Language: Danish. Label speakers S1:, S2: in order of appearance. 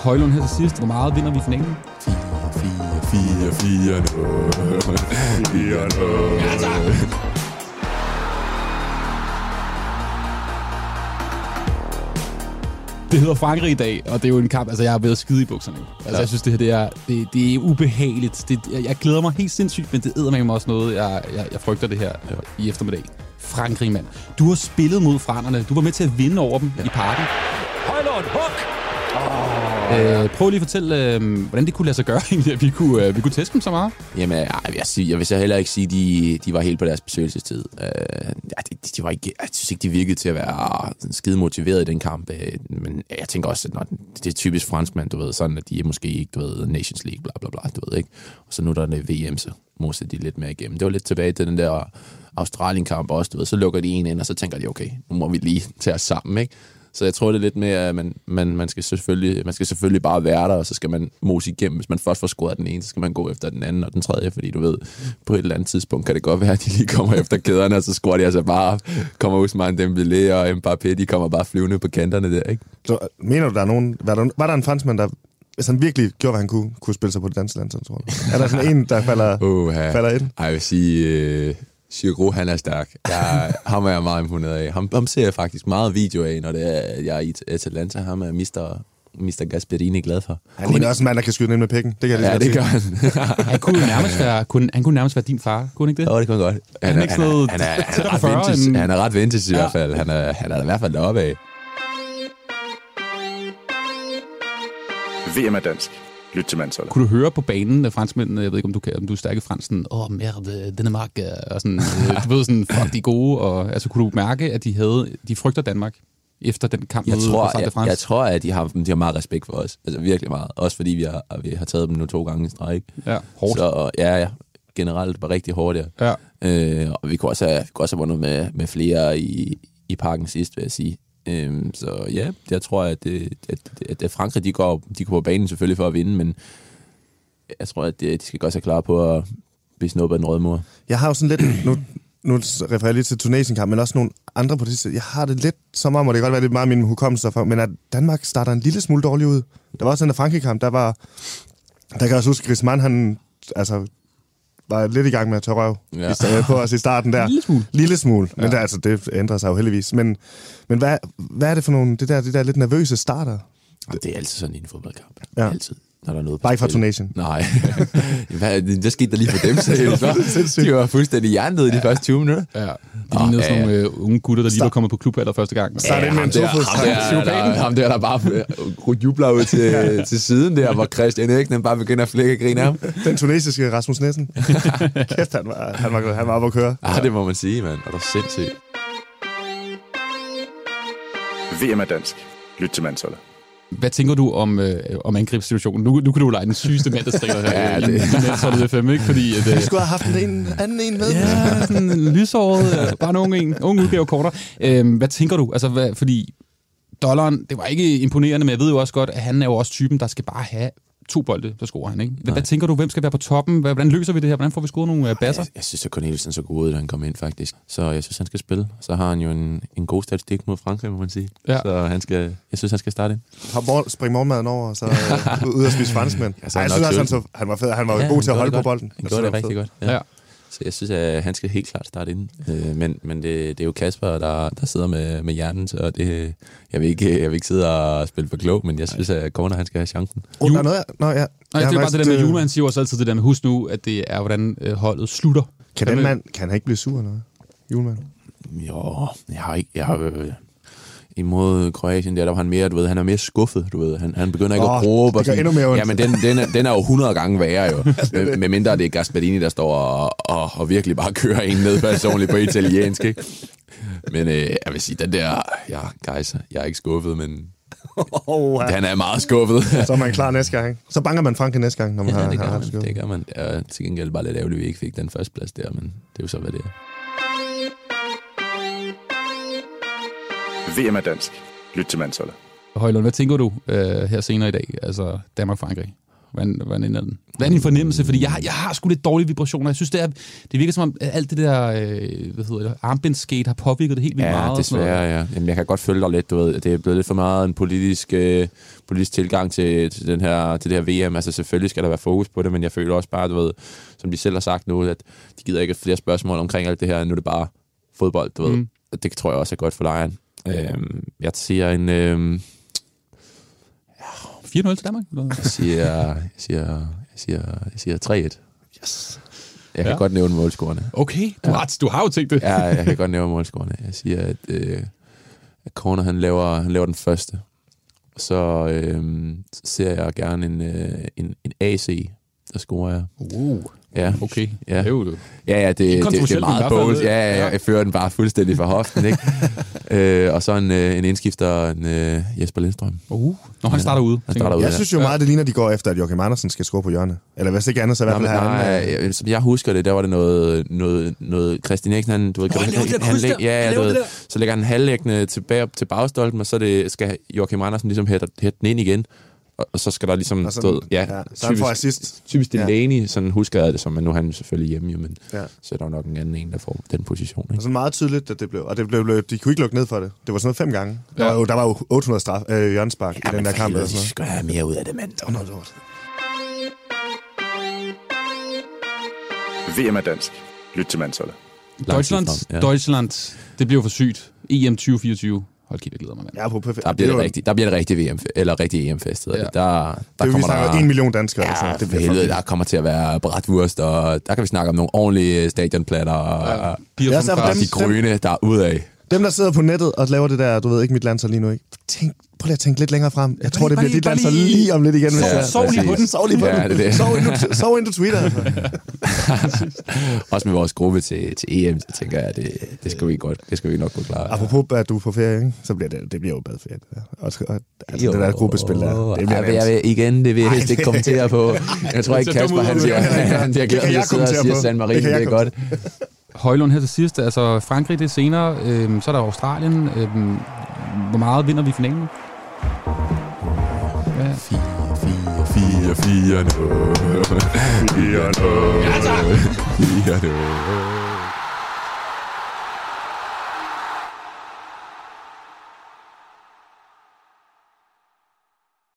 S1: Højlund her til sidst. Hvor meget vinder vi finalen?
S2: 4-4-4-0. 4-0.
S1: Det hedder Frankrig i dag, og det er jo en kamp, altså jeg er ved at skide i bukserne. nu. Altså ja. jeg synes, det her det er, det, det er ubehageligt. Det, jeg, jeg glæder mig helt sindssygt, men det æder mig også noget, jeg, jeg, jeg frygter det her ja. i eftermiddag. Frankrig, mand. Du har spillet mod frannerne. Du var med til at vinde over dem ja. i parken.
S3: Højlund, huk!
S1: Øh, prøv lige at fortælle, øh, hvordan det kunne lade sig gøre, egentlig, at vi kunne, øh, vi kunne tæske dem så meget.
S4: Jamen, ej, jeg, vil sige, jeg vil så heller ikke sige, at de, de var helt på deres besøgelsestid. Øh, ja, de, de var ikke, jeg synes ikke, de virkede til at være sådan skide motiveret i den kamp. Øh, men jeg tænker også, at når, det er typisk franskmand, du ved, sådan at de er måske ikke, du ved, Nations League, bla bla bla, du ved ikke. Og så nu der er det VM, så moser de lidt mere igennem. Det var lidt tilbage til den der Australien-kamp også, du ved. Så lukker de en ind, og så tænker de, okay, nu må vi lige tage os sammen, ikke? Så jeg tror, det er lidt mere, at man, man, man, skal selvfølgelig, man skal selvfølgelig bare være der, og så skal man mose igennem. Hvis man først får scoret den ene, så skal man gå efter den anden og den tredje, fordi du ved, på et eller andet tidspunkt kan det godt være, at de lige kommer efter kæderne, og så scorer de altså bare, kommer Ousmane Dembélé og Mbappé, de kommer bare flyvende på kanterne der, ikke?
S2: Så, øh, mener du, der er nogen... Var der, var der en franskmand, der hvis han virkelig gjorde, hvad han kunne, kunne spille sig på det danske landshold, tror du? Er der sådan en, der falder,
S4: Uh,
S2: falder ind?
S4: Ej, jeg vil sige, øh, Giro, han er stærk. Jeg, ham er jeg meget imponeret af. Ham, ham ser jeg faktisk meget video af, når det er, at jeg er i Atalanta. Ham er Mr. Mr. Gasperini glad for.
S2: Han ligner også en mand, der kan skyde den ind med pikken. Det kan jeg lige så
S4: Ja,
S2: godt
S4: det
S2: sige.
S4: gør han.
S1: Han kunne jo nærmest være, kunne, han kunne nærmest være din far, kunne han ikke det?
S4: Åh, det kunne han godt.
S1: Han er ikke sådan noget
S4: han er, han er, han
S1: tættere
S4: er,
S1: på
S4: ret
S1: 40
S4: vintage.
S1: end-
S4: Han er ret vintage i
S1: Ja.
S4: hvert fald. Han er, han er i hvert fald deroppe af.
S3: VM er dansk. Lyt til mandsholdet.
S1: Kunne du høre på banen, at franskmændene, jeg ved ikke, om du, kan, om du er stærk i fransk, sådan, åh, oh, merde, Danmark, øh, og sådan, øh, du ved, sådan, fuck, de er gode, og altså, kunne du mærke, at de havde, de frygter Danmark, efter den kamp,
S4: Jeg
S1: ude på
S4: tror,
S1: Stade de
S4: jeg,
S1: France?
S4: jeg tror, at de har, de har meget respekt for os. Altså virkelig meget. Også fordi vi har, vi har taget dem nu to gange i streg.
S1: Ja, hårdt.
S4: Så ja, ja. Generelt var rigtig hårdt, ja.
S1: Ja.
S4: Øh, og vi kunne også have, vi kunne også have vundet med, med flere i, i parken sidst, vil jeg sige. Øh, så ja, jeg tror, at, det, at, at, at Frankrig de går, de går på banen selvfølgelig for at vinde, men jeg tror, at det, de skal godt sig klar på at blive snuppet af den røde mur.
S2: Jeg har jo sådan lidt... Nu, nu refererer jeg lige til Tunesien-kamp, men også nogle andre på det sidste. Jeg har det lidt som om, og det kan godt være, det er meget min hukommelse derfor, men at Danmark starter en lille smule dårligt ud. Der var også den der Frankrig-kamp, der var... Der kan jeg også huske, Griezmann, han altså, var lidt i gang med at tørre røv
S4: Ja.
S2: ja. på os i starten der.
S1: Lille smule.
S2: Lille smule. Men der, altså, det ændrer sig jo heldigvis. Men, men hvad, hvad er det for nogle... Det der, det der lidt nervøse starter?
S4: Det er altid sådan i en fodboldkamp.
S2: Ja.
S4: Ja. Altid. Når der er noget på
S2: Bare ikke fra
S4: spil.
S2: Tunesien.
S4: Nej. Hvad, det skete der lige for dem, seriøst, hva'?
S2: sindssygt.
S4: De var fuldstændig jernnede i de første 20 minutter.
S1: Ja, de lignede
S4: Åh,
S1: sådan nogle øh, unge gutter, der lige var kommet på klub aller første gang.
S2: Start ind med
S4: ham
S2: en
S4: der, ham, der,
S2: tofods.
S4: der, ham der, der bare øh, jubler ud til, til siden der, hvor Christian Eriksen bare begynder at flække og grine af ham.
S2: Den tunesiske Rasmus Nielsen. Kæft, han var, han var, han var oppe at køre.
S4: Ah, det må man sige, mand. Er du sindssygt.
S3: VM er dansk. Lyt til mandsholdet.
S1: Hvad tænker du om, øh, om angrebssituationen? Nu, nu kan du lege den sygeste mandagstræner her
S4: Ja,
S1: ja, det.
S4: det-
S1: i, i landsholdet FM, ikke? Fordi at, øh,
S2: Du skulle have haft en en anden en med.
S1: Ja, sådan en lyshåret, øh, bare en ung, en, ung udgave kortere. Øhm, hvad tænker du? Altså, hvad, fordi dollaren, det var ikke imponerende, men jeg ved jo også godt, at han er jo også typen, der skal bare have to bolde, så scorer han, ikke? Hvad, hvad tænker du, hvem skal være på toppen? Hvad, hvordan løser vi det her? Hvordan får vi scoret nogle øh, basser?
S4: Jeg, jeg synes, at Cornelius er så god ud, da han kom ind, faktisk. Så jeg synes, han skal spille. Så har han jo en, en god statistik mod Frankrig, må man sige.
S1: Ja.
S4: Så han skal, jeg synes, han skal starte ind.
S2: Hop mor- spring morgenmaden over, og så øh, ud og spise franskmænd.
S4: Ja, så
S2: Ej,
S4: er
S2: jeg
S4: nok
S2: synes også, han,
S4: til
S2: så, han var fed. Han var ja, god til at holde på bolden.
S4: Han
S2: Jeg
S4: gjorde
S2: synes,
S4: det rigtig
S2: var
S4: godt.
S1: Ja.
S4: Så jeg synes, at han skal helt klart starte ind. Øh, men men det, det er jo Kasper, der, der sidder med, med hjernen, så det, jeg, vil ikke, jeg vil ikke sidde og spille for klog, men jeg synes, at Corner han skal have chancen.
S2: fed. Oh, der er noget, jeg- Nå, ja.
S1: Nej,
S2: Jeg
S1: det
S2: har
S1: er bare
S2: faktisk,
S1: det der med
S2: øh,
S1: Jule, han siger jo også altid det der med, husk nu, at det er, hvordan øh, holdet slutter.
S2: Kan den mand, kan han ikke blive sur eller noget? Julemand.
S4: Jo, jeg har ikke... Jeg har, øh, imod Kroatien, der, der var han mere, du ved, han er mere skuffet, du ved. Han, han begynder ikke
S2: Åh,
S4: at råbe.
S2: det gør endnu mere ondt.
S4: Ja, men den, den, er, den er jo 100 gange værre jo. Med, med mindre det er Gasparini, der står og, og, og virkelig bare kører en ned personligt på italiensk, ikke? Men øh, jeg vil sige, den der... Ja, guys, jeg er ikke skuffet, men
S2: Oh, ja.
S4: han er meget skuffet.
S2: Så er man klar næste gang. Så banker man Frankrig næste gang, når man
S4: Ja,
S2: har,
S4: det
S2: har
S4: gør man.
S2: haft skød.
S4: Det gør man. Ja, til gengæld bare lidt ærgerligt, at vi ikke fik den første plads der, men det er jo så, hvad det er.
S3: VM er dansk. Lyt til mandsholdet.
S1: Højlund, hvad tænker du øh, her senere i dag? Altså Danmark-Frankrig. Hvordan, hvordan ender den? Hvad er din fornemmelse? Fordi jeg, har- jeg har sgu lidt dårlige vibrationer. Jeg synes, det, er, det virker som om at alt det der øh, hvad hedder det, armbindsskate har påvirket det helt vildt meget.
S4: Ja,
S1: og sådan noget.
S4: desværre, ja. Jamen, jeg kan godt følge dig lidt, du ved. Det er blevet lidt for meget en politisk, øh, politisk tilgang til, til, den her, til det her VM. Altså, selvfølgelig skal der være fokus på det, men jeg føler også bare, du ved, som de selv har sagt nu, at de gider ikke flere spørgsmål omkring alt det her. Nu er det bare fodbold, du ved.
S1: Mm.
S4: Mm. Og det tror jeg også er godt for lejren. Øhm, jeg siger en... Øhm,
S1: 4-0 til Danmark? Eller?
S4: jeg siger, jeg siger, jeg siger, jeg siger 3-1.
S1: Yes.
S4: Jeg kan
S1: Ja.
S4: ja. godt nævne målscorerne.
S1: Okay, du, ja. har, du har jo tænkt det.
S4: Ja, jeg kan godt nævne målscorerne. Jeg siger, at, øh, at Corner han laver, han laver den første. Så, øh, så ser jeg gerne en, øh, en, en AC, der scorer jeg.
S1: Uh,
S4: Ja,
S1: okay.
S4: Ja.
S1: Det er jo det.
S4: ja, ja det, det, det,
S1: kontroversielt,
S4: er meget
S1: men i hvert fald-
S4: bold. Ja, ja, ja, jeg fører den bare fuldstændig fra hoften, ikke? øh, og så en, øh, en indskifter, en, øh, Jesper Lindstrøm.
S1: Uh. Når han starter ude. tænker
S4: starter
S1: jeg.
S4: ude.
S2: Jeg synes jo meget, det ligner, de går efter, at Joachim Andersen skal score på hjørnet. Eller hvis ikke andet, så i hvert
S4: Nej,
S2: fald
S4: men,
S2: herinde.
S4: nej, øh, som jeg husker det, der var det noget, noget, noget Christian Eriksen, han, du ved, kan
S1: han
S4: du-
S1: laver det der kryds
S4: læg-
S1: der. Han
S4: ja, ja,
S1: laver
S4: du ved,
S1: det
S4: så lægger han halvlæggende tilbage op til bagstolpen, og så er det, skal Joachim Andersen ligesom hætte, hætte den ind igen, og, og så skal der ligesom,
S2: Og sådan-
S4: stå, ja,
S2: ja, så han
S4: typisk,
S2: får assist.
S4: typisk
S2: Ja.
S4: Delaney, ja. sådan husker jeg det som, men nu er han selvfølgelig hjemme, jo, men
S2: Ja.
S4: ja. så er der jo nok en anden en, der får den position.
S2: Og
S4: Ikke?
S2: sådan meget tydeligt, at det blev. Og det blev, blev, de kunne ikke lukke ned for det. Det var sådan noget fem gange. Der,
S1: Ja.
S2: var jo, der var jo 800 straf, øh, hjørnespark i den der kamp. Eller sådan noget.
S4: skal have mere ud af det, mand.
S2: Åh, nå, lort.
S3: VM er dansk. Lyt til mandsholdet.
S1: Deutschland,
S4: Langt frem, ja.
S1: Deutschland, det bliver jo for sygt. E EM 2024. Hold kæft, jeg glæder mig, mand.
S2: Ja, på perfekt.
S4: Der bliver
S2: er
S4: det,
S2: jo-
S4: rigtigt, der bliver det rigtige VM, eller rigtige EM-fest. Ja.
S1: Ja.
S4: Der, der
S2: Det er jo, vi
S4: kommer
S2: snakker
S4: der,
S2: en million danskere.
S4: Ja,
S2: altså.
S4: det
S2: bliver
S4: helvede,
S2: fucking-
S4: der kommer til at være bratwurst, og der kan vi snakke om nogle ordentlige stadionplatter, og, og
S1: Bier
S2: Ja,
S1: fra
S2: så er
S1: Mars.
S2: dem-
S4: de grønne, der er udad.
S2: Dem, der sidder på nettet og laver det der, du ved ikke, mit landshold lige nu, ikke? Tænk, prøv lige at tænke lidt længere frem. Jeg tror, det
S1: bare
S2: bliver
S1: lige-
S2: dit
S1: bare
S2: landshold
S1: lige-
S2: lige om lidt igen. hvis
S1: Sov-
S2: jeg-
S1: sov lige på den.
S2: Sov lige på
S4: Ja,
S2: den.
S4: det er det.
S2: Sov ind du- Sov ind du Twitter, altså.
S4: Også med vores gruppe til, til EM, så tænker jeg, at det, det skal vi godt, det skal vi nok kunne klare.
S2: Apropos, at du er på ferie, ikke? så bliver det, det bliver jo badferie. det der. Og, og, altså, det der gruppespil der, det bliver
S4: Ej, men
S2: nemt.
S4: jeg vil, igen, det vil jeg helst ikke kommentere på. Jeg tror ikke,
S1: ser dum
S4: Kasper,
S1: ud,
S4: han
S1: det
S4: siger,
S2: kan jeg ikke.
S4: han
S2: Det
S4: bliver glad,
S2: kan
S4: at
S2: jeg
S4: jeg sidder og
S2: kommentere
S4: siger
S2: på.
S4: San Marino,
S2: Det kan
S4: det
S2: jeg
S4: er godt.
S1: Højlund her til sidst, altså Frankrig det er senere, øhm, så er der Australien. Øhm, hvor meget vinder vi i finalen? Ja.
S4: 4 4 4 4 4 4 4